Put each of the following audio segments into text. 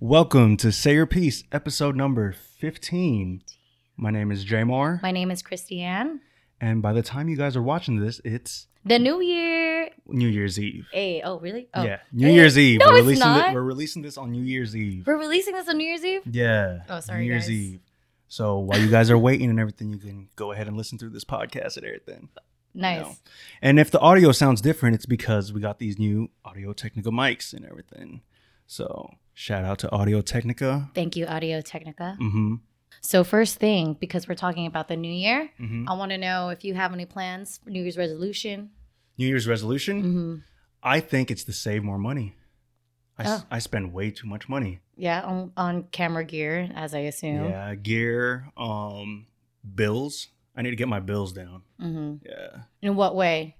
Welcome to Say Your Piece, episode number 15. My name is Jamar, My name is Christiane. and by the time you guys are watching this, it's The new year. New Year's Eve. Hey, oh, really? Oh. Yeah, New Eh, Year's Eve. no, we're it's releasing not. thi- we're releasing this on New Year's Eve. We're releasing this on New Year's Eve? Yeah. Oh, sorry, New Year's guys. Eve. So while you guys are waiting and everything, you can go ahead and listen through this podcast and everything. Nice. No. And if the audio sounds different, it's because we got these new Audio Technica mics and everything. So shout out to Audio Technica. Thank you, Audio Technica. Mm-hmm. So, first thing, because we're talking about the new year, mm-hmm. I want to know if you have any plans, for New Year's resolution. New Year's resolution. hmm I think it's to save more money. I, s- Oh. I spend way too much money. Yeah, on, on camera gear, as I assume. Yeah, gear, um, bills. I need to get my bills down. hmm Yeah. In what way?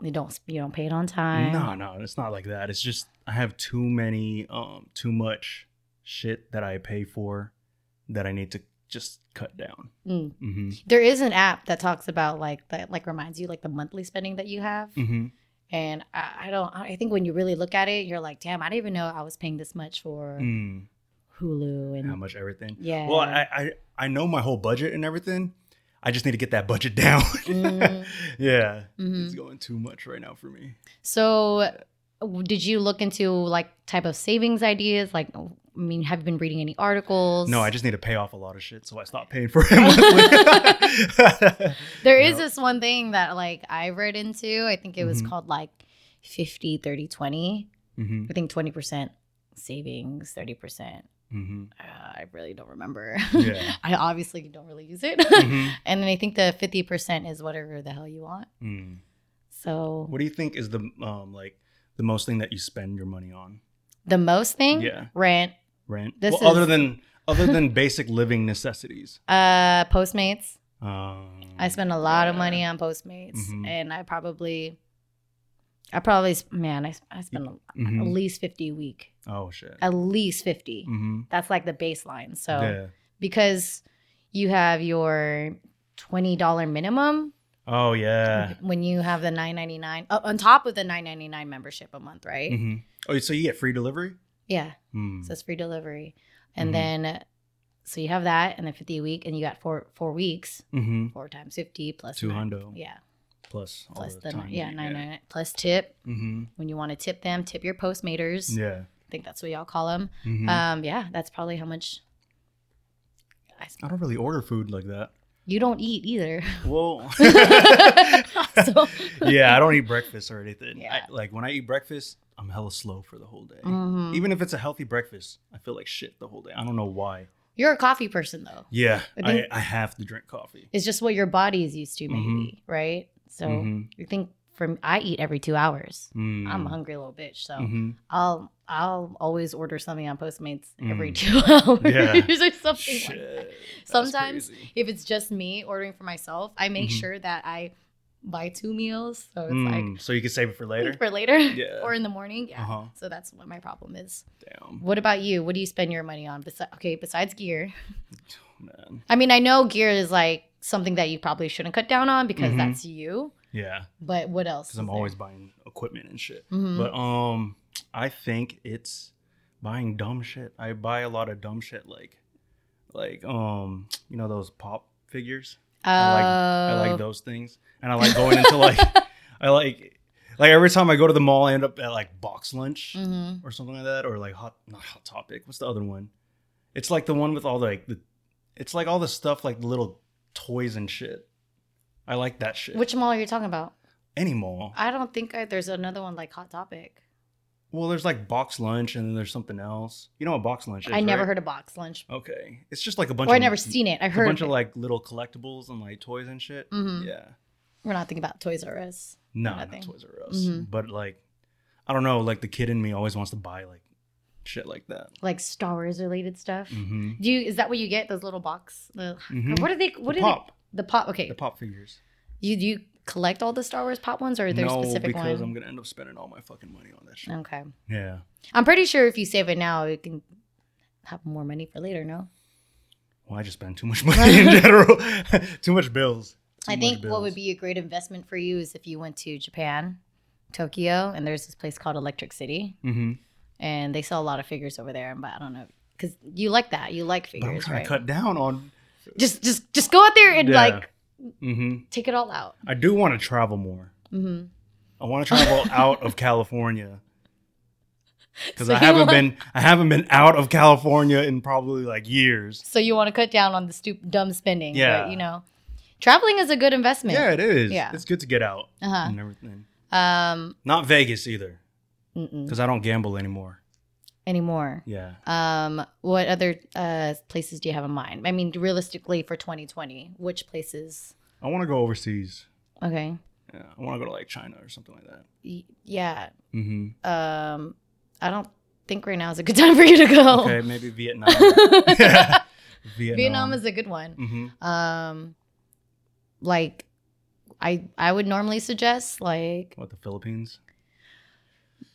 You don't you don't pay it on time. No, no, it's not like that. It's just I have too many, um, too much shit that I pay for that I need to just cut down. Mm. hmm There is an app that talks about like that, like reminds you like the monthly spending that you have. hmm And I, I don't. I think when you really look at it, you're like, damn, I didn't even know I was paying this much for Mm. Hulu and How much everything? yeah. Well, I, I, I know my whole budget and everything. I just need to get that budget down. Mm. yeah, Mhm. it's going too much right now for me. So, w- did you look into like type of savings ideas? Like, I mean, have you been reading any articles? No, I just need to pay off a lot of shit, so I stopped paying for it monthly. There is No. this one thing that like I read into. I think it was Mhm. called like 50, 30, 20. hmm I think 20% savings, 30%. hmm Uh, I really don't remember. Yeah. I obviously don't really use it. Mhm. And then I think the 50% is whatever the hell you want. Mm. So What do you think is the um like the most thing that you spend your money on? the most thing, Yeah. rent, Rent. This well, other is- than other than basic living necessities. uh, Postmates. Um, I spend a lot of yeah. money on Postmates, Mhm. and I probably, I probably s- man, I, s- I spend a- at Mhm. least fifty a week, Oh shit. at least 50 hmm That's like the baseline. So yeah. because you have your twenty dollar minimum Oh yeah. when you have the nine ninety nine uh, on top of the nine ninety nine membership a month, right? hmm Oh, so you get free delivery? Yeah, Mm. so it's free delivery, and Mhm. then so you have that, and then fifty a week, and you got four four weeks, hmm four times fifty plus Two nine- hundo. Yeah, Plus all plus the, the time. nine, yeah nine nine plus tip. Mm-hmm. when you want to tip them, tip your postmaters. Yeah. I think that's what y'all call them. Mhm. Um, yeah, that's probably how much. I s- I don't really order food like that. You don't eat either. Whoa. So- yeah, I don't eat breakfast or anything. Yeah. I, like when I eat breakfast, I'm hella slow for the whole day. Mhm. Even if it's a healthy breakfast, I feel like shit the whole day. I don't know why. You're a coffee person though. Yeah, I I, think- I have to drink coffee. It's just what your body is used to, maybe, Mm-hmm. right? So Mhm. you think from I eat every two hours. Mm. I'm a hungry little bitch, so Mhm. I'll I'll always order something on Postmates every Mm. two hours Yeah. or something like Mm-hmm. that. Shit, that's Sometimes crazy. if it's just me ordering for myself, I make Mhm. sure that I buy two meals. So it's like Mm, so you can save it for later. for later Yeah. or in the morning. Yeah. Uh-huh. So that's what my problem is. Damn, What about you? What do you spend your money on? Besi- okay, besides gear. man. I mean, I know gear is like something that you probably shouldn't cut down on because Mhm. that's you. Yeah, But what else? because I'm always buying equipment and shit. hmm But um, I think it's buying dumb shit. I buy a lot of dumb shit, like like um, you know those pop figures. I Uh, like those things, and I like going into like I like like every time I go to the mall, I end up at like box lunch hmm or something like that, or like hot not hot topic. What's the other one? It's like the one with all the like the it's like all the stuff like little toys and shit. I like that shit. Which mall are you talking about? any mall? I don't think I, there's another one like Hot Topic. well, there's like box lunch, and then there's something else. You know what box lunch is? I never right? heard of Box Lunch, Okay, it's just like a bunch. or I of, never seen it. I a heard bunch of of it. like little collectibles and like toys and shit. Mhm. Yeah. We're not thinking about Toys R Us. No, kind of not thing. Toys R Us. Mhm. But like, I don't know. Like the kid in me always wants to buy like shit like that. Like Star Wars related stuff. Mm-hmm. Do you, is that what you get? Those little box? The, Mhm. What are they? What the are pop, they? The pop. Okay. the pop figures. You do you collect all the Star Wars pop ones, or are there no, specific Oh. because ones? I'm gonna end up spending all my fucking money on that shit. okay, Yeah. I'm pretty sure if you save it now, you can have more money for later. No, Well, I just spend too much money in general. too much bills. Too I much think what bills. would be a great investment for you is if you went to Japan, Tokyo, and there's this place called Electric City, Mhm. and they sell a lot of figures over there. But I don't know because you like that. You like But I'm figures, trying right? to cut down on. Just just just go out there and Yeah. like hmm take it all out. I do want to travel more. hmm I want to travel out of California because So I you haven't want- been I haven't been out of California in probably like years. So you want to cut down on the stupid dumb spending. Yeah. But, you know, traveling is a good investment. Yeah, it is. Yeah. it's good to get out Uh and everything. huh. Um. Not Vegas either Mm-mm, because I don't gamble anymore. anymore. Yeah, Um. What other uh places do you have in mind? I mean, realistically for 2020, which places? I want to go overseas. Okay. Yeah, I want to go to like China or something like that. Y- yeah. hmm Um. I don't think right now is a good time for you to go. Okay, maybe Vietnam. Vietnam. Vietnam. is a good one. hmm Um. Like, I I would normally suggest like What the Philippines?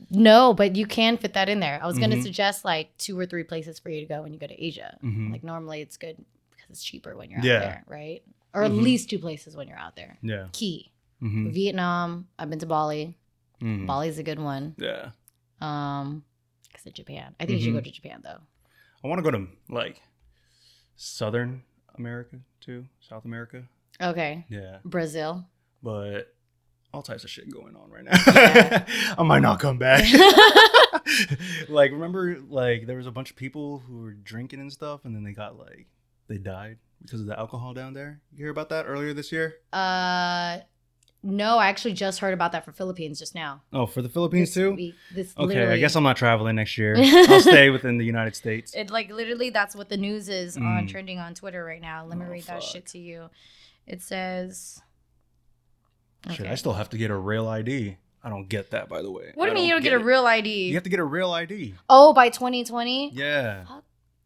No, but you can fit that in there. I was going to Mhm. suggest like two or three places for you to go when you go to Asia. Mhm. Like normally it's good because it's cheaper when you're Yeah. out there, right? Or at Mhm. least two places when you're out there. Yeah. Key. hmm Vietnam, I've been to Bali. Mm-hmm. Bali's a good one. Yeah. Um cuz of Japan. I Mm-hmm. think you should go to Japan though. I want to go to like Southern America too, South America. Okay. Yeah, Brazil. but all types of shit going on right now. Yeah. I might not come back. yeah. like remember, like there was a bunch of people who were drinking and stuff, and then they got like they died because of the alcohol down there. You hear about that earlier this year? Uh no, I actually just heard about that for Philippines just now. Oh, for the Philippines This too. week- this Okay, I literally- guess I'm not traveling next year. I'll stay within the United States. It like literally that's what the news is on Mm. trending on Twitter right now. Let me Oh, read that fuck. shit to you. It says Shit, Okay. I still have to get a real ID. I don't get that, by the way. What do I you mean you don't get, it. a real ID? You have to get a real ID. oh, by 2020? Yeah.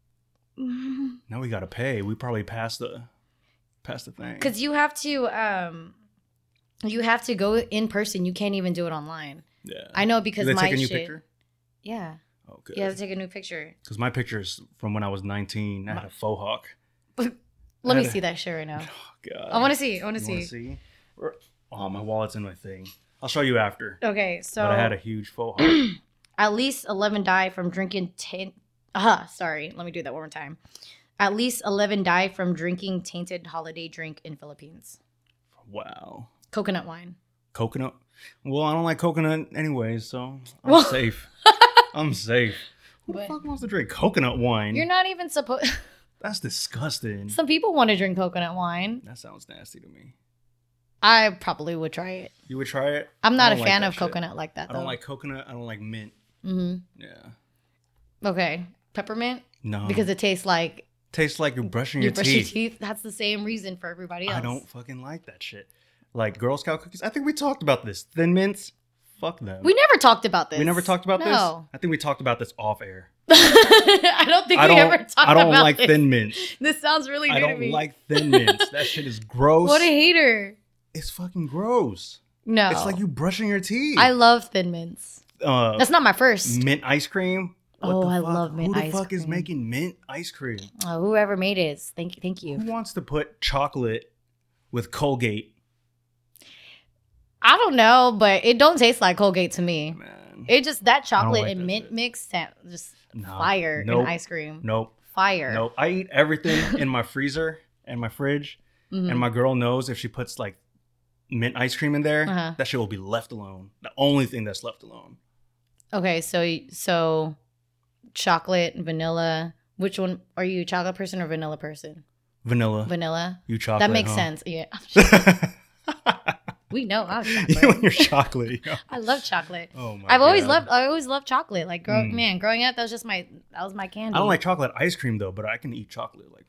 Because Now we gotta pay. We probably passed the passed the thing. you have to um you have to go in person. You can't even do it online. yeah. I know because Did they my take a new shit. picture? Yeah. Oh, good. You have to take a new picture. Because my picture's from when I was 19. I had a faux hawk. Let me had a- see that shit right now. Oh, God. I want to see. I want to You wanna see. see? Or- Oh, my wallet's in my thing. I'll show you after. Okay, so but I had a huge faux hawk. At least 11 die from drinking 10. Ah, sorry. Let me do that one more time. At least 11 die from drinking tainted holiday drink in Philippines. wow. Coconut wine. Coconut. Well, I don't like coconut anyway, so I'm Well- safe. I'm safe. Who the But- fuck wants to drink coconut wine? You're not even supposed. That's disgusting. Some people want to drink coconut wine. that sounds nasty to me. I probably would try it. You would try it? I'm not I a don't like fan that of shit. coconut like that. I Though. don't like coconut. I don't like mint. hmm Yeah. Okay, peppermint No. because it tastes like tastes like you're brushing you Uh-huh. your brush teeth. your teeth. That's the same reason for everybody else. I don't fucking like that shit. Like Girl Scout cookies. I think we talked about this. Thin mints. Fuck them. We never talked about this. We never talked about no. this. I think we talked about this off air. I don't think I don't. we ever talked about I don't like this. thin mints. This sounds really new I to don't me. like thin mints. That shit is gross. What a hater. it's fucking gross. No. It's like you brushing your teeth. I love thin mints. uh, That's not my first. mint ice cream. What Oh, the I fuck? love mint Who the ice fuck is cream. making mint ice cream? Oh, whoever made it is. Thank you. Thank Who you. wants to put chocolate with Colgate? I don't know, but it don't taste like Colgate to me. Man, It just that chocolate like and that mint shit. mix sound just No. fire Nope. in ice cream. Nope. Fire. Nope. I eat everything in my freezer and my fridge, Mhm. and my girl knows if she puts like mint ice cream in there, Uh-huh. that shit will be left alone. The only thing that's left alone. Okay, so y- so chocolate, vanilla. Which one are you, a chocolate person or vanilla person? Vanilla. Vanilla. you Uh, chocolate. that makes huh? sense. Yeah, we know. I, was you chocolate. and your chocolate. yo. I love chocolate. Oh my I've always God. loved. I always loved chocolate. Like, grow, Mm. man, growing up, that was just my. That was my candy. I don't like chocolate ice cream though, but I can eat chocolate like,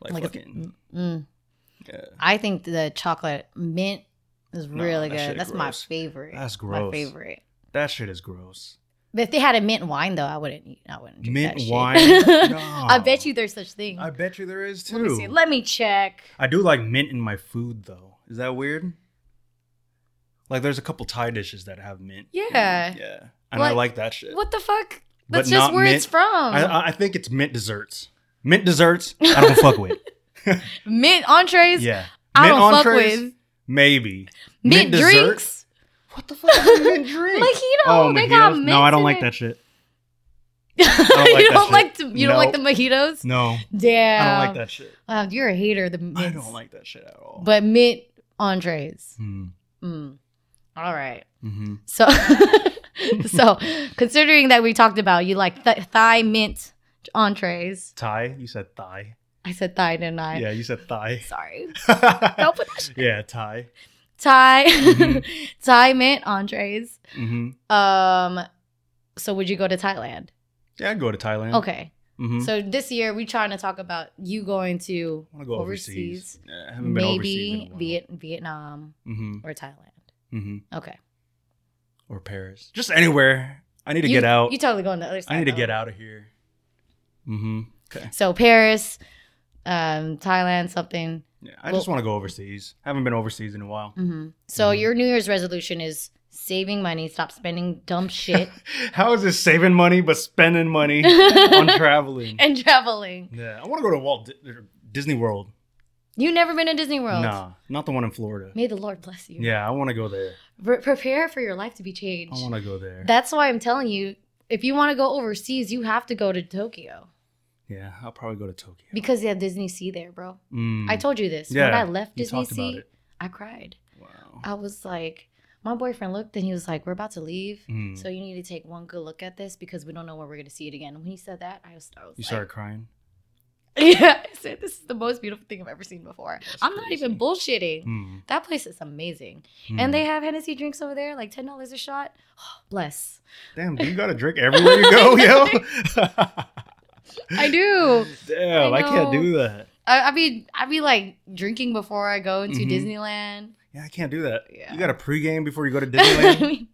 like, Like a- fucking. Mm. yeah. I think the chocolate mint is Nah, really that good. shit That's my gross. favorite. That's My gross. favorite. That shit is gross. But if they had a mint wine though, I wouldn't. eat- I wouldn't drink Mint that shit. wine? I bet you there's such thing. I bet you there is too. Let me see. Let me check. I do like mint in my food though. Is that weird? Like there's a couple Thai dishes that have mint. in them. Yeah. Yeah. And I Like- like that shit. What the fuck? But That's just not where mint. it's from. I- I, I think it's mint desserts. Mint desserts, I don't fuck with. mint entrees. Yeah. I mint don't fuck entrees, with. Maybe. Mint, dessert? drinks. What the fuck is a mint drink? Mojito, Oh, they got mojitos? No, oh, I mints don't in like it. that shit. don't like you that don't shit. like to, you don't like the Nope. mojitos? No, Damn. I don't like that shit. Wow, you're a hater. The mints. I don't like that shit at all. But mint entrees. Hmm. Mm. All right. Mhm. So, so considering that we talked about you like th- thigh mint entrees. Thigh? You said thigh. I said thigh, didn't I? Yeah, you said thigh. Sorry. nope. Don't put that shit. Yeah, Thai. Thai, Mhm. Thai mint entrees. hmm Um, so would you go to Thailand? Yeah, I'd go to Thailand. Okay. hmm So this year we're trying to talk about you going to I want to go overseas. overseas. Yeah, I haven't been overseas maybe in a while. Viet- Vietnam hmm or Thailand. hmm Okay. Or Paris. Just anywhere. I need to you, get out. You totally going the other side. I need to though. get out of here. Mm-hmm. Okay. So Paris, um, Thailand, something. Yeah, I Well- just want to go overseas. haven't been overseas in a while. hmm So Mhm. your New Year's resolution is saving money, stop spending dumb shit, How is this saving money but spending money on and traveling? traveling. Yeah, I want to go to Walt Di- er, Disney World. You never been to Disney World. Nah, not the one in Florida. May the Lord bless you. Yeah, I want to go there. Pre- prepare for your life to be changed. I want to go there. That's why I'm telling you, if you want to go overseas, you have to go to Tokyo yeah, I'll probably go to Tokyo. because they have Disney Sea there, bro. Mm, I told you this when Yeah, I left you Disney talked about Sea. it. I cried. Wow. I was like, my boyfriend looked and he was like, "We're about to leave." Mm. So you need to take one good look at this because we don't know where we're gonna see it again. When he said that, I was, I was you like, started crying. yeah, I said this is the most beautiful thing I've ever seen before. That's I'm not even crazy. bullshitting. Mm, That place is amazing, mm. and they have Hennessy drinks over there, like ten dollars a shot. Bless. damn, do you got a drink everywhere you go, yo? I do. Damn, I I, can't know. do that. I, I be, I be like drinking before I go into Mhm. Disneyland. Yeah, I can't do that. Yeah. You got a pregame before you go to I, Disneyland. mean,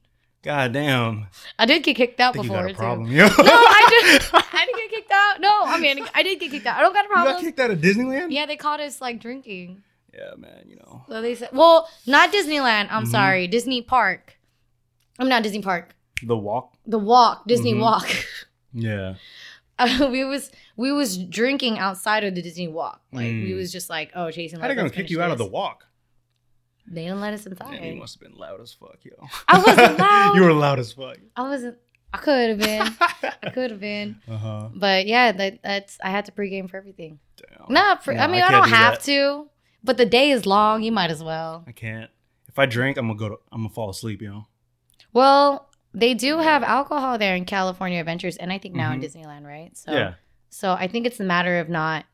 God damn, I did get kicked I out think you before got a too. problem, yo. No, I did. I didn't get kicked out. No, I mean, I did get kicked out. I don't got a You problem. got kicked out of Disneyland? Yeah, they caught us like drinking. Yeah, man, you know. So they said, well, not Disneyland. I'm Mhm. sorry, Disney Park. I'm not Disney Park. The walk? The Walk, Disney Mhm. Walk. Yeah. Uh, we was we was drinking outside of the Disney Walk. Like we Mm. was just like, oh, Jason. How let they gonna us kick finish you out of the this. walk? They didn't let us Damn, inside. you must have been loud as fuck, yo. I wasn't loud. you were loud as fuck. I wasn't. I could have been. I could have been. uh huh. But yeah, that, that's I had to pregame for everything. Damn. Not for. No, I mean, I, Oh, can't don't do have that. to. But the day is long. You might as well. I can't. If I drink, I'm gonna go to. I'm gonna fall asleep, yo. Well, they do have alcohol there in California Adventures, and I think now in Disneyland, right? So, Mm-hmm. Yeah. so I think it's a matter of not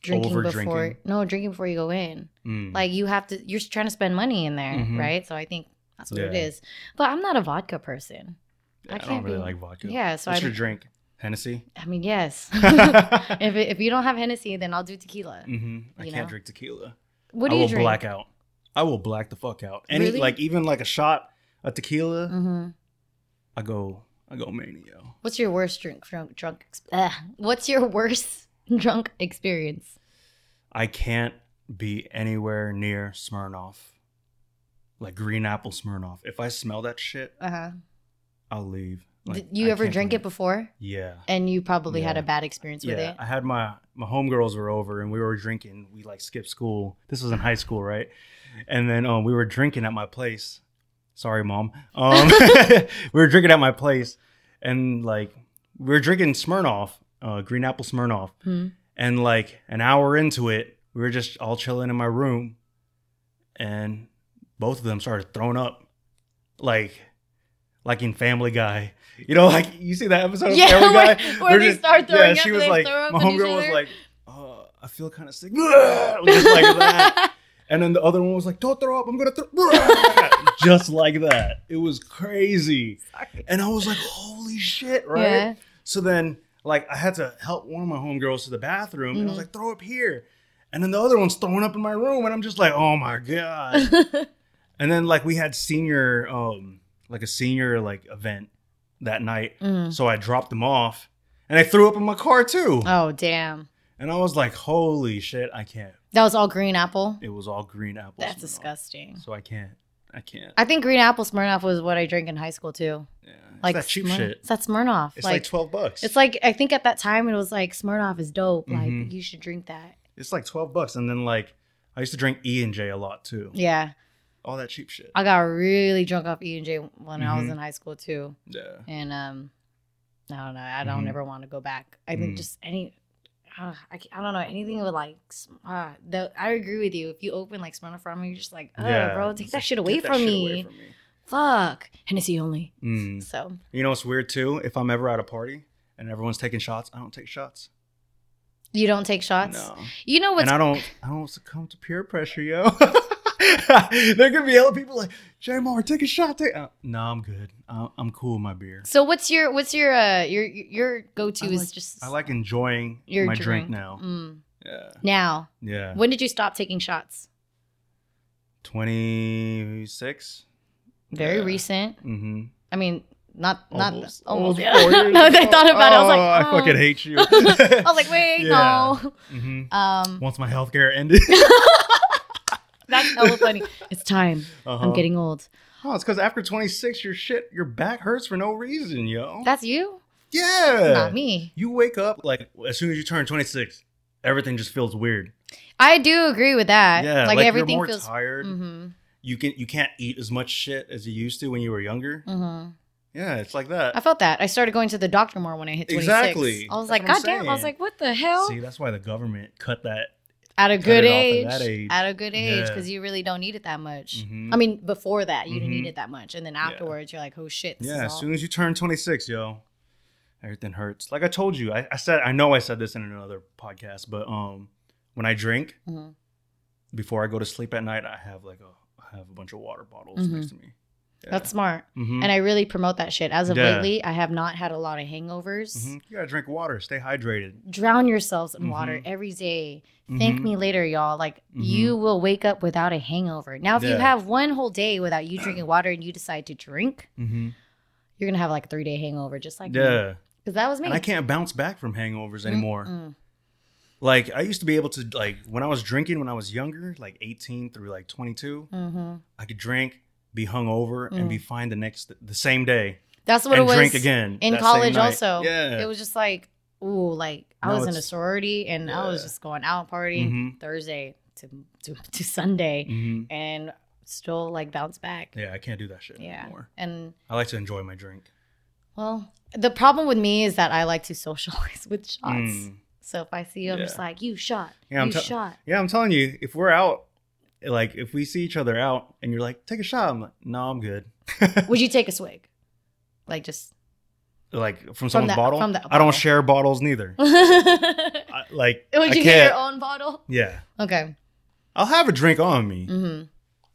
drinking before. Over-drinking. No, drinking before you go in. Mm. Like you have to. You're trying to spend money in there, Mhm. right? So I think that's what it Yeah. is. But I'm not a vodka person. Yeah, I, I don't can't really be- like vodka. Yeah. So What's I. your drink? Hennessy. I mean, yes. hmm if it, if you don't have Hennessy, then I'll do tequila. I You can't know? drink tequila. What I do you will drink? Mm. black out. I will black the fuck out. Any Really? like even like a shot of tequila, Mhm. I go I go mania. yo. What's your worst drink drunk drunk? ex- ugh. What's your worst drunk experience? I can't be anywhere near Smirnoff. Like green apple Smirnoff. If I smell that shit, Uh huh. I'll leave. Like, Did you I ever can't drink drink it before? Yeah. And you probably had a Yeah. bad experience with Yeah. it. I had my my homegirls were over and we were drinking. We like skipped school. This was in high school, right? And then um we were drinking at my place. Sorry, mom. Um we were drinking at my place and like we were drinking Smirnoff, uh green apple Smirnoff. Hmm. And like an hour into it, we were just all chilling in my room, and both of them started throwing up, like, like in Family Guy. You know, like you see that episode of Yeah, Family where- Guy where they start throwing up she and was they like, throw up my at each homegirl was other. like, uh, I feel kind of sick, just like that. And then the other one was like, "Don't throw up! I'm gonna throw," just like that. It was crazy, Sorry. and I was like, "Holy shit!" Right? Yeah. So then, like, I had to help one of my homegirls to the bathroom, and I Mhm. was like, throw up here. And then the other one's throwing up in my room, and I'm just like, oh my god. and then, like, we had senior, um, like a senior like event that night, Mm. so I dropped them off, and I threw up in my car too. Oh damn. and I was like, holy shit, I can't. That was all green apple. It was all green apples. That's Smirnoff. disgusting. So I can't. I can't. I think green apple Smirnoff was what I drank in high school too. Yeah. It's Like that cheap Smirn- shit. It's that Smirnoff. It's like, like, twelve bucks. it's like I think at that time it was like Smirnoff is dope. Like Mhm. you should drink that. it's like twelve bucks, and then like I used to drink E and J a lot too. Yeah. All that cheap shit. I got really drunk off E and J when I was Mhm. in high school too, yeah. and um, I don't know. I don't Mhm. ever want to go back. I think Mm. just any. Uh, I, c- I don't know anything with like sm- uh, the I agree with you. If you open like Smirnoff Rum, you're just like, oh, bro, take it's that like, get shit away that from shit me. away from me. Fuck Hennessy only. Mm. So You know what's weird too? If I'm ever at a party and everyone's taking shots, I don't take shots. you don't take shots. No, You know what's and I don't. I don't succumb to peer pressure, yo. there could be other people like Jamar, take a shot. Take. Uh, no, I'm good. I- I'm cool with my beer. so what's your what's your uh your your go to I is like- just I like enjoying your my drink, now. Mm. Yeah, Now, yeah. when did you stop taking shots? Twenty six. Very Yeah. recent. Mm-hmm. I mean, not Almost- not almost. almost yeah. four years I ago. thought about it. I was Oh, like, I fucking oh. hate you. I was like, wait, Yeah. no. hmm Um, Once my healthcare ended, that's hella funny. It's time. Uh-huh. I'm getting old. Oh, it's because after 26, your shit, your back hurts for no reason, yo. That's you, yeah. not me. You wake up like as soon as you turn 26, everything just feels weird. I do agree with that. yeah, like, everything you're more feels. tired. Mm-hmm. You can you can't eat as much shit as you used to when you were younger. Mm-hmm. Yeah, it's like that. I felt that. I started going to the doctor more when I hit 26. Exactly. I was That's like, what God I'm damn. I was saying. like, what the hell? See, that's why the government cut that. at a cut good it off at age, that age. At a good age, Yeah. because you really don't need it that much. Mhm. I mean, before that, you didn't Mhm. need it that much, and then afterwards, you're like, oh shit. This yeah, Is as all- soon as you turn 26, yo, everything hurts. Like I told you, I, I said I know I said this in another podcast, but um, when I drink, Mhm. before I go to sleep at night, I have like a I have a bunch of water bottles Mhm. next to me. Yeah. That's smart. Mhm. and I really promote that shit. As of Yeah. lately, I have not had a lot of hangovers. Mhm. you gotta drink water, stay hydrated. Drown yourselves in water Mhm. every day. Thank Mhm. me later, y'all. Like you will wake up without a hangover. Now, if you Mm-hmm. Yeah. have one whole day without you drinking water and you decide to drink, Mhm. you're gonna have like a three day hangover, just like Yeah, because that was me. and I can't bounce back from hangovers anymore. Mm-mm. Like I used to be able to like when I was drinking when I was younger, like 18 through like 22, Mhm. I could drink, be hungover, and Mm. be fine the next the same day, That's what and it was. drink again in that same college night. also. Yeah, It was just like, ooh, like I Now was in a it's- sorority and I was Yeah. just going out partying Mhm. Thursday to, to to Sunday Mhm. and still like bounce back. yeah. I can't do that shit Yeah. anymore. And I like to enjoy my drink. well, the problem with me is that I like to socialize with shots. Mm. So if I see you, I'm just Yeah. like, you shot, Yeah, I'm you tell- shot. Yeah, I'm telling you, if we're out, like if we see each other out and you're like, take a shot, I'm like, no, I'm good. Would you take a swig? Like just. like from someone's the- bottle. from the I bottle. don't share bottles neither. Would I, like I you can't. get your own bottle? Yeah, Okay. I'll have a drink on me, hmm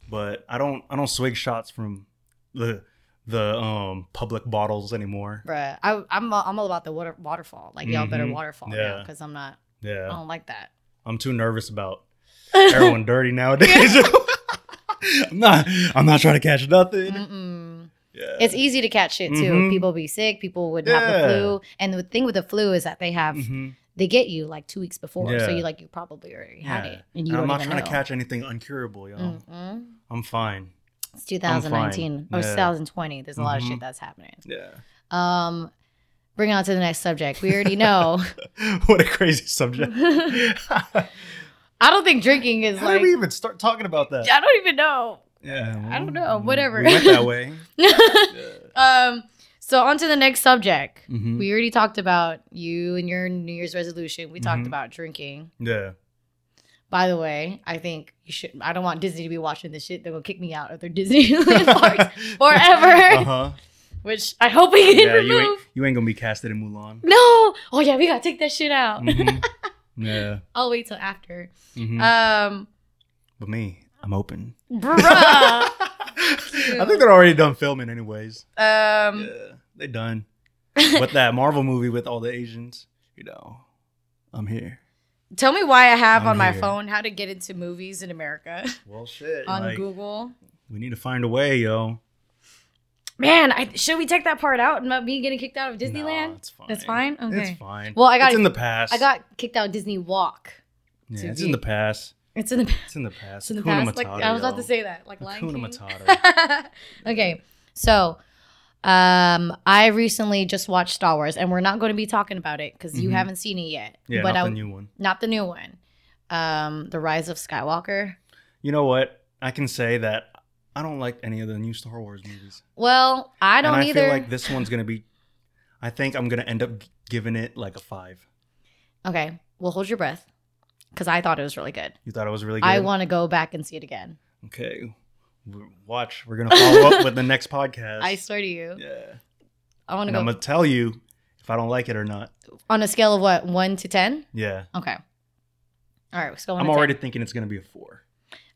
but I don't. I don't swig shots from the the um public bottles anymore. Bruh, I, I'm all- I'm all about the water waterfall. Like y'all better Mhm. waterfall Yeah. because I'm not. Yeah, I don't like that. I'm too nervous about everyone dirty nowadays. I'm not. I'm not trying to catch nothing. Mm-mm. Yeah. Mm. It's easy to catch shit too. Mhm. People be sick. People would have the Yeah. flu. And the thing with the flu is that they have Mhm. they get you like two weeks before, so Yeah. you like you probably already had Yeah. it, and you And I'm don't not even trying know. Mm. Mm-hmm. to catch anything uncurable, yo. Mm-mm. I'm fine. It's 2019 or Yeah. 2020. There's a lot of Mhm. shit that's happening. Yeah. Um, bring on to the next subject. We already know. what a crazy subject. I don't think drinking is How like. did we even start talking about that? I don't even know. Yeah, I don't well, know, whatever. We went that way. um, so on to the next subject. Mhm. We already talked about you and your New Year's resolution. We talked Mhm. about drinking. Yeah. By the way, I think you should. I don't want Disney to be watching this shit. They're gonna kick me out of their Disneyland parks forever, Uh-huh. which I hope we can Yeah, remove. you ain't, you ain't gonna be casted in Mulan. No. Oh yeah, we gotta take that shit out. Mhm. Yeah. I'll wait till after. Mhm. Um, but me, I'm open. bruh. I think they're already done filming, anyways. um, Yeah, they're done. But that Marvel movie with all the Asians, you know, I'm here. tell me why I have I'm on my here. phone how to get into movies in America Well, shit. on like, Google. We need to find a way, yo. Man, I, should we take that part out and not me getting kicked out of Disneyland? Nah, it's fine. That's fine? Okay. It's fine. Well, I got- it's in the past. I got kicked out of Disney Walk. Yeah, to it's be- in the past. It's in the It's in the past. it's in the Hakuna past. Like Matata, I was about yo. to say that. Like Lion Hakuna King. Matata. okay, so um, I recently just watched Star Wars, and we're not going to be talking about it because you Mhm. haven't seen it yet. Yeah, but not I, the new one. not the new one. Um, the Rise of Skywalker. You know what? I can say that I don't like any of the new Star Wars movies. Well, I don't and I either. feel like this one's gonna be. I think I'm gonna end up g- giving it like a five. Okay. Well, hold your breath because I thought it was really good. You thought it was really good. I want to go back and see it again. Okay, W- watch. We're gonna follow up with the next podcast. I swear to you. yeah, I want to and go I'm gonna tell you if I don't like it or not. on a scale of what? One to 10? Yeah, Okay. All right. So I'm already thinking it's gonna be a four.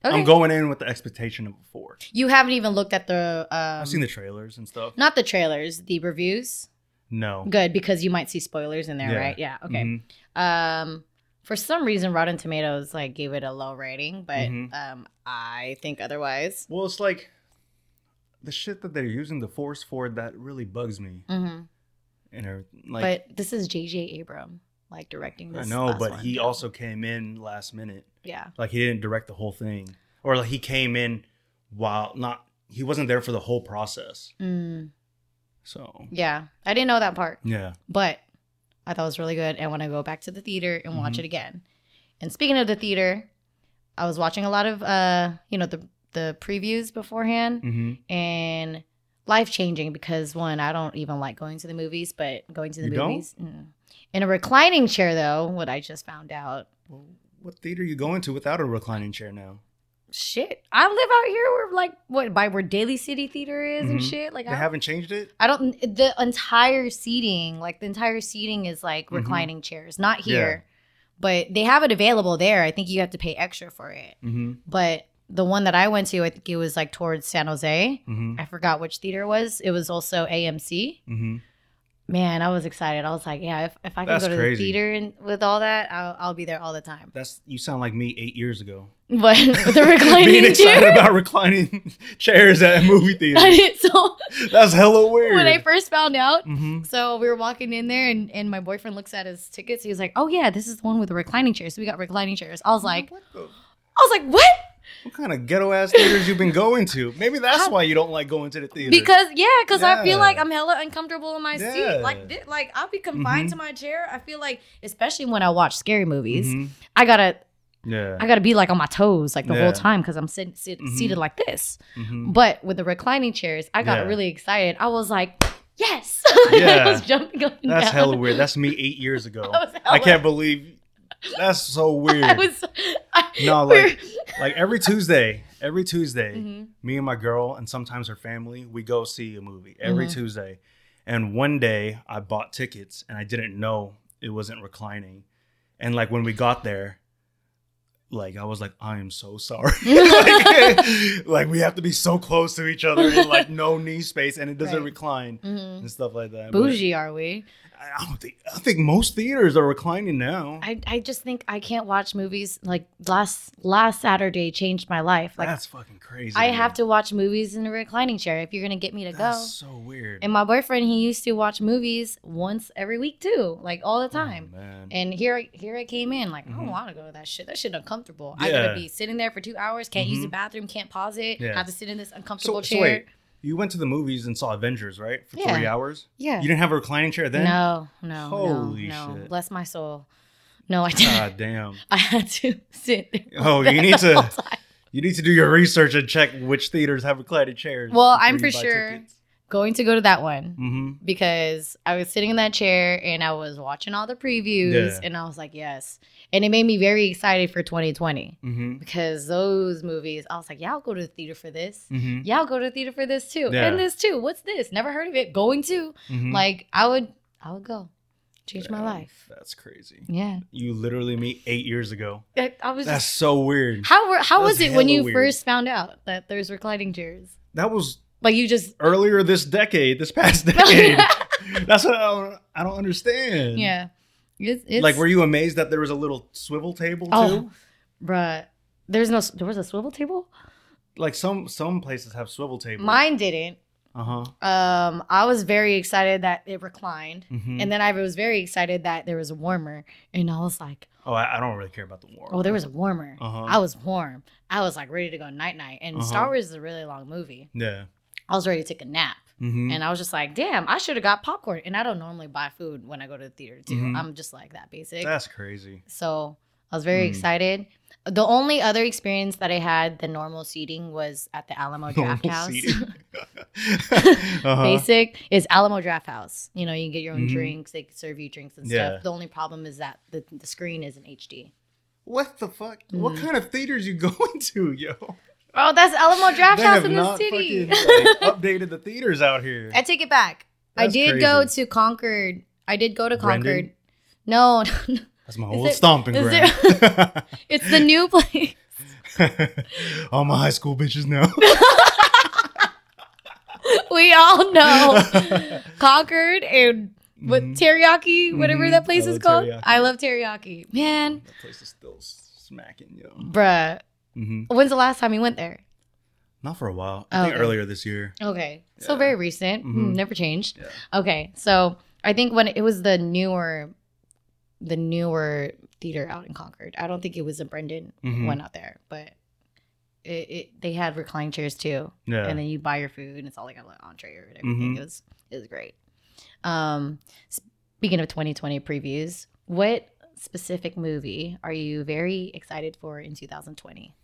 Okay. I'm going in with the expectation of a four. you haven't even looked at the. Um, I've seen the trailers and stuff. Not the trailers, the reviews. No. Good because you might see spoilers in there, Oh. Yeah. right? Yeah. Okay. Mhm. Um, for some reason, Rotten Tomatoes like gave it a low rating, but Mhm. um, I think otherwise. Well, it's like the shit that they're using the force for that really bugs me hmm and everything. Like but this is J.J. Abram like directing I this. know, last but one. he also came in last minute. yeah. Like he didn't direct the whole thing, or like he came in while not he wasn't there for the whole process. Mm, So yeah, I didn't know that part. yeah, but I thought it was really good and want to go back to the theater and watch Mhm. it again. And speaking of the theater, I was watching a lot of uh, you know, the the previews beforehand mm-hmm. and life changing because one, I don't even like going to the movies, but going to the You don't? movies mm. in a reclining chair though, what I just found out. Well, what theater are you going to without a reclining chair now? Shit, I live out here where like what by where Daily City Theater is and Mhm. shit. Like they I, haven't changed it. I don't the entire seating, like the entire seating is like Mhm. reclining chairs, not here. But they have it available there. I think you have to pay extra for it. Mm-hmm. But the one that I went to, I think it was like towards San Jose. Mm-hmm. I forgot which theater it was. It was also AMC. Mm-hmm. Man, I was excited. I was like, yeah, if, if I can That's go to crazy. the theater and with all that, I'll, I'll be there all the time. That's you sound like me eight years ago. But the Being reclining excited chair. about reclining chairs at movie I theaters. didn't- so That's hella weird. when I first found out, mm-hmm. So we were walking in there, and, and my boyfriend looks at his tickets. He was like, "Oh yeah, this is the one with the reclining chairs. So we got reclining chairs." I was like, what, the- "I was like, what?" what kind of ghetto ass theaters you been going to? Maybe that's How- why you don't like going to the theater. Because yeah, because I Yeah. feel like I'm hella uncomfortable in my Yeah. seat. Like thi- like I'll be confined to my chair. I feel like, especially when I watch scary movies, Mhm. I gotta yeah, I gotta be like on my toes like the Yeah. whole time because I'm sit, sit, Mhm. seated like this. Mhm. But with the reclining chairs, I got Yeah. really excited. I was like, "Yes!" Yeah. I was jumping up and that's down. hella weird. That's me eight years ago. I, was hella, I can't believe that's so weird. I was. I, No, we're- like- like every Tuesday, every Tuesday, Mhm. me and my girl and sometimes her family, we go see a movie every Mhm. Tuesday. And one day I bought tickets and I didn't know it wasn't reclining. And like when we got there, like I was like, I am so sorry. Mm-hmm. like, like, we have to be so close to each other and like no knee space and it doesn't Right. recline Mhm. and stuff like that. But Bougie, are we? I don't think I think most theaters are reclining now. I, I just think I can't watch movies. Like last last Saturday changed my life. Like That's fucking crazy. I have to watch movies in a reclining chair if you're gonna get me to That's go. so weird. And my boyfriend, he used to watch movies once every week too, like all the Oh, time. man. And here I- here I came in, like I don't Mhm. want to go to that shit. That shit uncomfortable. I gotta Yeah. be sitting there for two hours. Can't use the Mhm. bathroom. Can't pause it. Yeah. Have to sit in this uncomfortable so chair. wait, You went to the movies and saw Avengers, right? For three Yeah. hours. yeah. You didn't have a reclining chair then. no, no, Holy no, no. shit. Bless my soul. No, I didn't. God damn. I had to sit. there Oh, you the need whole to time. you need to do your research and check which theaters have reclining chairs. Well, before I'm you for buy sure- tickets. Going to go to that one Mhm. because I was sitting in that chair and I was watching all the previews Yeah. and I was like, yes. And it made me very excited for 2020 Mhm. because those movies, I was like, yeah, I'll go to the theater for this. Mhm. Yeah, I'll go to the theater for this too. Yeah. And this too. What's this? Never heard of it. Going to. Mhm. Like, I would, I would go. Change my Yeah, life. That's crazy. Yeah. You literally meet eight years ago. I, I was That's just. so weird. How, were, how That's was it when hella you weird. first found out that there's reclining chairs? That was Like you just earlier this decade, this past decade. That's what I don't, I don't understand. yeah. It's, it's like, were you amazed that there was a little swivel table too? Oh, bruh. There's no. There was a swivel table. Like some some places have swivel tables. Mine didn't. uh huh. Um, I was very excited that it reclined, Mhm. and then I was very excited that there was a warmer, and I was like, Oh, I, I don't really care about the war. oh, there was a warmer. Uh-huh. I was warm. I was like ready to go night night. And Star Uh-huh. Wars is a really long movie. Yeah. I was ready to take a nap, Mm-hmm. and I was just like, damn, I should have got popcorn. And I don't normally buy food when I go to the theater too. Mhm. I'm just like that basic. That's crazy. So I was very Mm. excited. The only other experience that I had, the normal seating, was at the Alamo Draft Normal House. seating. Uh-huh. Basic is Alamo Draft House. You know, you can get your own Mhm. drinks. They serve you drinks and Yeah. stuff. The only problem is that the, the screen isn't HD. What the fuck? What Mhm. kind of theaters you going to, yo? Oh, that's Alamo Draft They House have in the not city. fucking, like, updated the theaters out here. I take it back. I That's did go crazy. to Concord. I did go to Concord. Brendan? No, no, That's my Is old it- stomping is ground. it's the new place. All my high school bitches know. we all know Concord and what Mhm. teriyaki, whatever Mhm. that place I is love called. teriyaki. I love teriyaki, man, That place is still smacking, yo. bruh. hmm When's the last time you went there? Not for a while. I think Oh, Okay. earlier this year. Okay, so Yeah. very recent, Mm, Mhm. never changed. Yeah. Okay, so I think when it was the newer, the newer theater out in Concord. I don't think it was a Brendan Mhm. one out there, but. It, it, they had reclined chairs too. Yeah. and then you buy your food and it's all like a little entree or whatever. Mhm. It was it was great. Um, speaking of 2020 previews, what specific movie are you very excited for in 2020?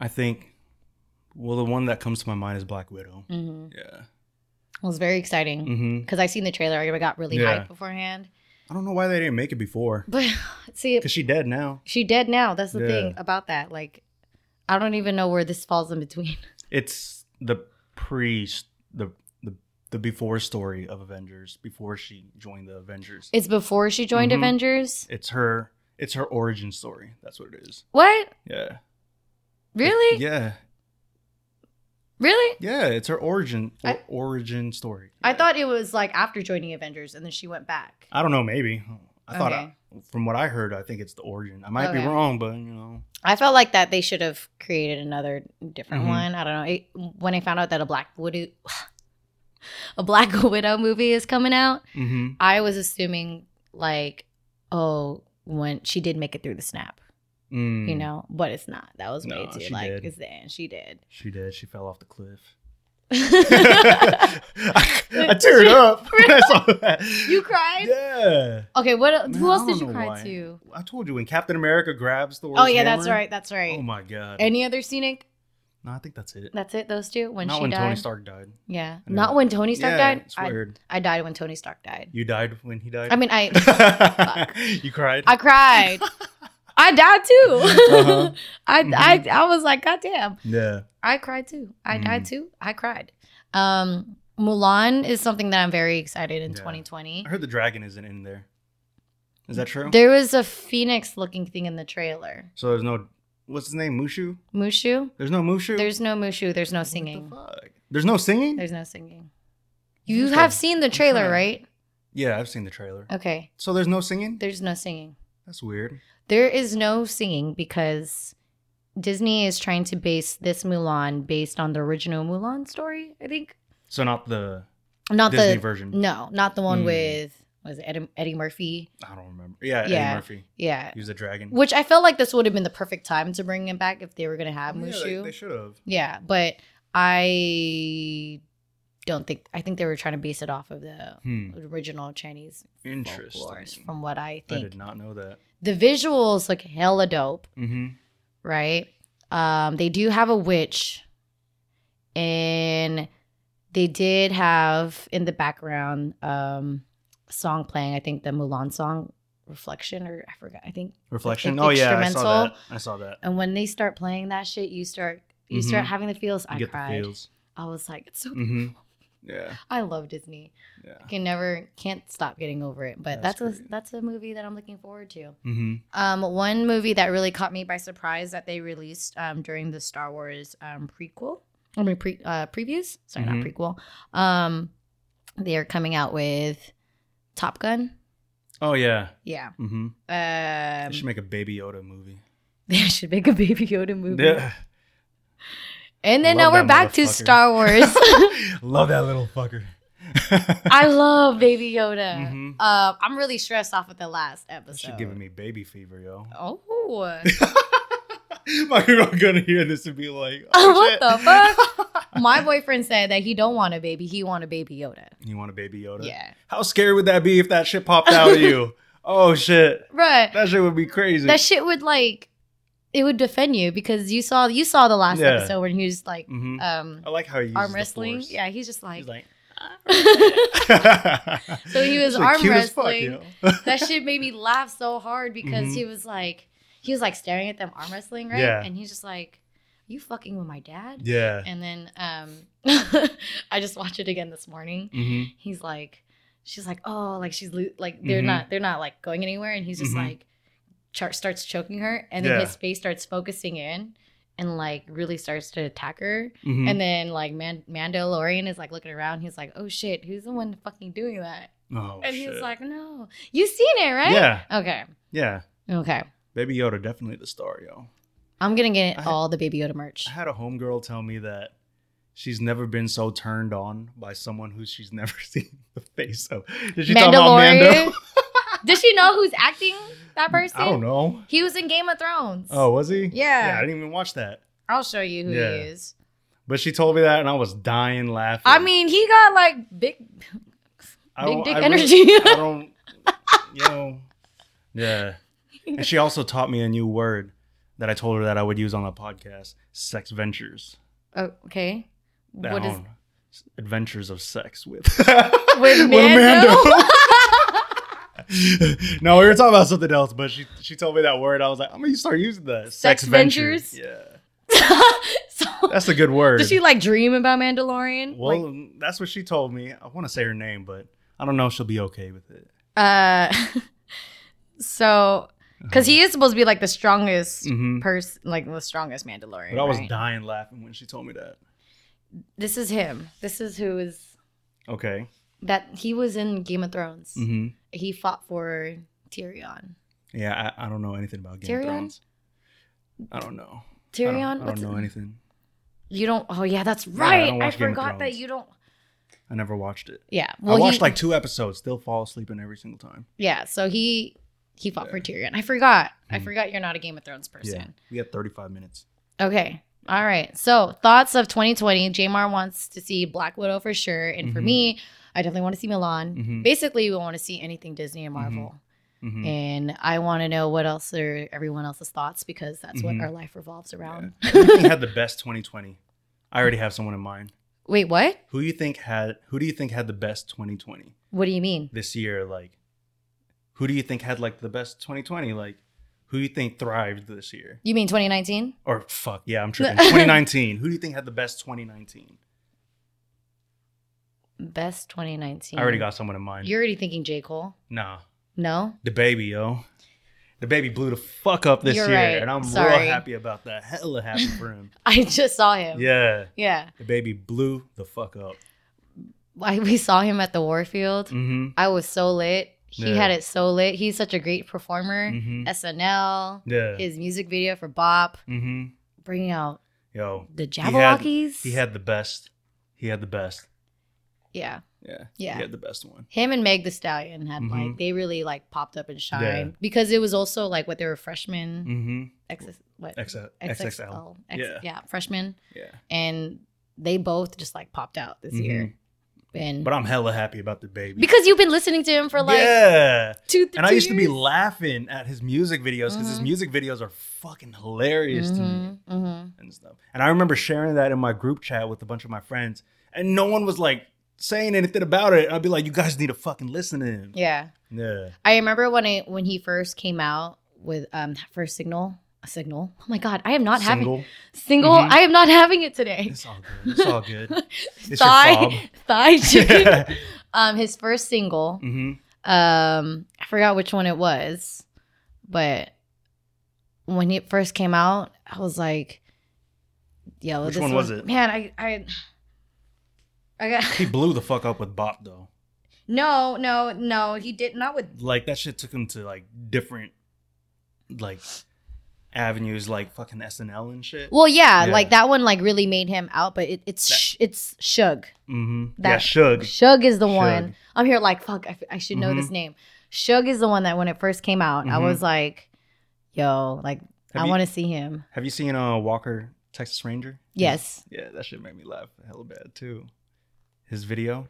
I think, well, the one that comes to my mind is Black Widow. Mm-hmm. Yeah. It was very exciting hmm because I seen the trailer. I got really Yeah. hyped beforehand, I don't know why they didn't make it before. but see, Because she dead now. she dead now. That's the Yeah. thing about that. Like, I don't even know where this falls in between. It's the pre, the, the, the before story of Avengers, before she joined the Avengers. It's before she joined Mhm. Avengers. It's her, it's her origin story. That's what it is. What? Yeah. Really? Yeah. Really? Yeah. It's her origin, or, I- origin story. I Yeah. thought it was like after joining Avengers and then she went back. I don't know. Maybe. I thought, Okay. from what I heard, I think it's the origin. I might Okay. be wrong, but you know. I felt like that they should have created another different Mhm. one. I don't know. It, when I found out that a Black Widow, a Black Widow movie is coming out, Mm-hmm. I was assuming like, oh, when she did make it through the snap, Mm. you know, but it's not. That was way No, too she like did. it's the end. She did. She did. She fell off the cliff. I, I I teared up. when I saw that. You cried? Yeah. Okay, what? el- Man, who I else did don't you know cry why. to? I told you when Captain America grabs the. Oh Thor's yeah, that's hammer, right. That's right. Oh my god. Any other scenic? no, I think that's it. That's it. Those two. When Not she when died. Tony Stark died. Yeah. I know. Not when Tony Stark yeah, died. It's I, weird. I died when Tony Stark died. You died when he died. I mean, I. you cried. I cried. I died too. Uh-huh. I, Mhm. I I was like, God damn. yeah. I cried too. I died Mm. too. I cried. Um Mulan is something that I'm very excited in Yeah. 2020. I heard the dragon isn't in there. Is that true? There was a phoenix looking thing in the trailer. so there's no. What's his name? Mushu. Mushu? There's no Mushu. There's no Mushu. There's no What the singing. fuck? There's no singing. There's no singing. You Who's have that? seen the Who's trailer, that? right? Yeah, I've seen the trailer. Okay. So there's no singing? There's no singing. That's weird. There is no singing because Disney is trying to base this Mulan based on the original Mulan story, I think. So not the Not Disney the version. No, not the one Mm. with was it Eddie, Eddie Murphy. I don't remember. Yeah, Yeah. Eddie Murphy. Yeah, He was a dragon. which I felt like this would have been the perfect time to bring him back if they were gonna have Yeah, Mushu. they, they should have. yeah, but I don't think I think they were trying to base it off of the Hmm. original Chinese folklores, Interesting. from what I I think. did not know that. the visuals look hella dope, Mm-hmm. right? Um, they do have a witch, and they did have in the background um a song playing. I think the Mulan song, Reflection, or I forgot. I think. Reflection. Like, Oh yeah, I instrumental. saw that. I saw that. And when they start playing that shit, you start you start Mhm. having the feels. You I get the cried. feels. I was like, it's so. Mm-hmm. Yeah. I love Disney. Yeah. I can never can't stop getting over it. But That's that's that's a, great. that's a movie that I'm looking forward to. Mm-hmm. Um, one movie that really caught me by surprise that they released um, during the Star Wars um, prequel, I mean pre- uh, previews. Sorry, Mhm. not prequel. Um, they are coming out with Top Gun. Oh yeah. Yeah, Mm-hmm. um, I should make a Baby Yoda movie. they should make a Baby Yoda movie. Yeah. And then Love now we're that back to motherfucker. Star Wars. Love that little fucker. I love Baby Yoda. Mhm. Uh, I'm really stressed off with the last episode. She giving me baby fever, yo. Oh, My girl gonna hear this and be like, What oh, the fuck? my boyfriend said that he don't want a baby. He want a Baby Yoda. You want a baby Yoda? Yeah, How scary would that be if that shit popped out of you? Oh shit. right. That shit would be crazy. That shit would like it would defend you because you saw you saw the last Yeah. episode when he was like hmm um I like how he uses arm the wrestling. force. Yeah, he's just like, "Ah." He's like, So he was She's arm cute as fuck, wrestling. you know? that shit made me laugh so hard because Mhm. he was like he was like staring at them arm wrestling, right? Yeah. And he's just like, You fucking with my dad? yeah. And then um I just watched it again this morning. Mhm. He's like she's like, Oh, like she's lo- like they're Mhm. not they're not like going anywhere and he's just Mhm. like char- starts choking her and then Yeah. his face starts focusing in and like really starts to attack her. Mhm. And then like Man- Mandalorian is like looking around. He's like, "Oh shit, who's the one fucking doing that?" oh, and he was shit. like, "No, you seen it, right?" Yeah, Okay. yeah. Okay. Baby Yoda definitely the star, yo. I'm gonna get I- all the Baby Yoda merch. I had a homegirl tell me that she's never been so turned on by someone who she's never seen the face of. Did she talk about Mando? Mandalorian. Did she know who's acting that person? I don't know. He was in Game of Thrones. Oh, was he? Yeah. Yeah, I didn't even watch that. I'll show you who Yeah. he is. But she told me that, and I was dying laughing. I mean, he got like big, I big don't- dick I really- energy. I don't, you know. Yeah. And she also taught me a new word that I told her that I would use on the podcast sex ventures. Oh, okay. That What is one. adventures of sex with? with Mando? no, we were talking about something else, but she she told me that word. I was like, I'm gonna start using that. Sex Yeah. so, That's a good word. does she like dream about Mandalorian? well, like, that's what she told me. I want to say her name, but I don't know if she'll be okay with it. uh, so because he is supposed to be like the strongest Mhm. person, like the strongest Mandalorian. But I was right? dying laughing when she told me that. this is him. This is who is Okay. that he was in Game of Thrones. hmm He fought for Tyrion. Yeah, I, I don't know anything about Game Tyrion? of Thrones. I don't know. I don't, Tyrion, I don't what's know anything. you don't? Oh yeah, that's I right. don't I, watch Game of forgot that Thrones. you don't. I never watched it. Yeah, I watched he- like two episodes, still fall asleep in every single time. yeah. So he he fought for Yeah. Tyrion. I forgot. I Mhm. forgot you're not a Game of Thrones person. We had 35 minutes. Okay. All right. So thoughts of 2020. Jamar wants to see Black Widow for sure, and for Mhm. me, I definitely want to see Milan. Mhm. Basically, we want to see anything Disney and Marvel. Mhm. and I want to know what else are everyone else's thoughts because that's Mhm. what our life revolves around. Who do you think had the best 2020? I already have someone in mind. Wait, what? Who you think had? Who do you think had the best 2020 What do you mean? this year? Like, who do you think had like the best 2020? Like, who you think thrived this year? You mean 2019? Or fuck, yeah, I'm tripping. 2019. Who do you think had the best 2019? Best 2019. I already got someone in mind. You're already thinking J Cole? nah, No. the baby, yo. The baby blew the fuck up this You're year, right. and I'm Sorry. real happy about that. Hella happy for him. I just saw him. yeah, Yeah. the baby blew the fuck up. I, we saw him at the Warfield. Mm-hmm. I was so lit. He Yeah. had it so lit. He's such a great performer. Mm-hmm. SNL, Yeah. his music video for Bop, mm-hmm. bringing out Yo, the had- Jabberwockies. he had the best. He had the best. yeah. Yeah. Yeah. He had the best one. him and Meg the Stallion had like Mhm. they really like popped up and shined Yeah. because it was also like what they were freshmen Mm-hmm. X what XXL. XXL X, yeah. Yeah. freshmen Yeah. and they both just like popped out this year and Mm-hmm. But I'm hella happy about the baby. because you've been listening to him for like yeah. two th- And I two used to be years. laughing at his music videos because his Mhm. music videos are fucking hilarious to me. Mhm, mhm. and stuff. And I remember sharing that in my group chat with a bunch of my friends, and no one was like saying anything about it. I'd be like, "You guys need to fucking listen to him." yeah Yeah. I remember when I when he first came out with um first signal a signal oh my god I am not having Single. single Mhm. I am not having it today It's all good. It's all good. It's your thigh fob. thigh chicken um his first single hmm um i forgot which one it was but when it first came out i was like yo Which this one was it? man i i i He got blew the fuck up with Bop though. no no no he did not with Like that shit took him to like different, like avenues, like fucking SNL and shit. well yeah, Yeah. like that one like really made him out but it, it's sh- it's shug hmm Yeah, that- Suge. shug is the Suge. one i'm here like fuck i, f- I should know Mm-hmm. this name shug is the one that when it first came out i Mhm. was like yo like Have i you- want to see him Have you seen uh, Walker Texas Ranger? yes Yeah, that shit made me laugh hella bad too. His video.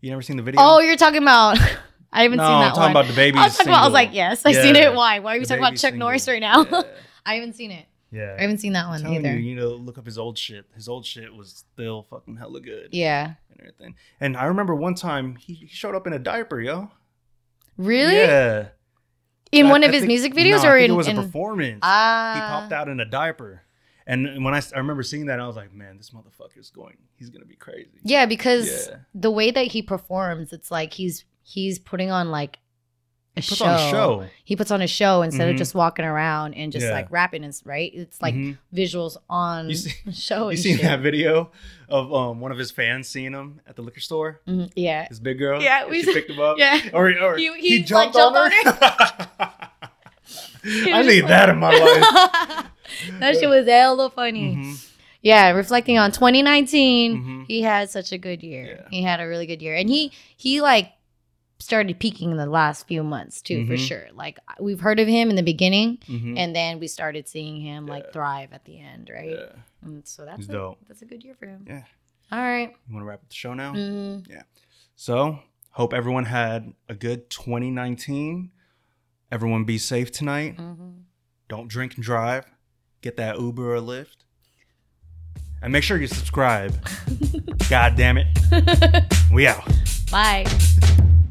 You never seen the video? Oh, you're talking about. I haven't no, seen I'm that talking one. about the baby. I was talking about. I was like, yes, I seen Yeah. it. Why? Why are we The talking about baby Chuck Norris single. right now? Yeah. I haven't seen it. Yeah. I haven't seen that I'm one telling either. You, you know, look up his old shit. His old shit was still fucking hella good. yeah. And everything. And I remember one time he, he showed up in a diaper, yo. Really? Yeah. In I- one of I his think- music videos no, or I think in it was in- a performance. Ah. he popped out in a diaper. And when I, s- I remember seeing that, I was like, man, this motherfucker's going, he's going to be crazy. Yeah, because Yeah. the way that he performs, it's like he's he's putting on like a He puts show. on a show. He puts on a show instead of Mhm. just walking around and just Yeah. like rapping and s- right. It's like Mhm. visuals on You see- the show. You and seen shit. that video of um, one of his fans seeing him at the liquor store? Mhm, Yeah, His big girl? Yeah, And we- she picked him up? yeah. Or, or He- he, he, like, jumped, jumped on on her? He I was need like- that in my life. that shit was hella funny. Mhm. Yeah, reflecting on 2019, Mhm. he had such a good year. Yeah. He had a really good year, and he he like started peaking in the last few months too, for Mhm. sure. Like we've heard of him in the beginning, Mhm. and then we started seeing him like Yeah. thrive at the end, right? Yeah. And so that's He's a, dope. that's a good year for him. Yeah. All right. You want to wrap up the show now? Mhm. So, hope everyone had a good 2019. Everyone be safe tonight. Mhm. Don't drink and drive. Get that Uber or Lyft. And make sure you subscribe. God damn it. We out. Bye.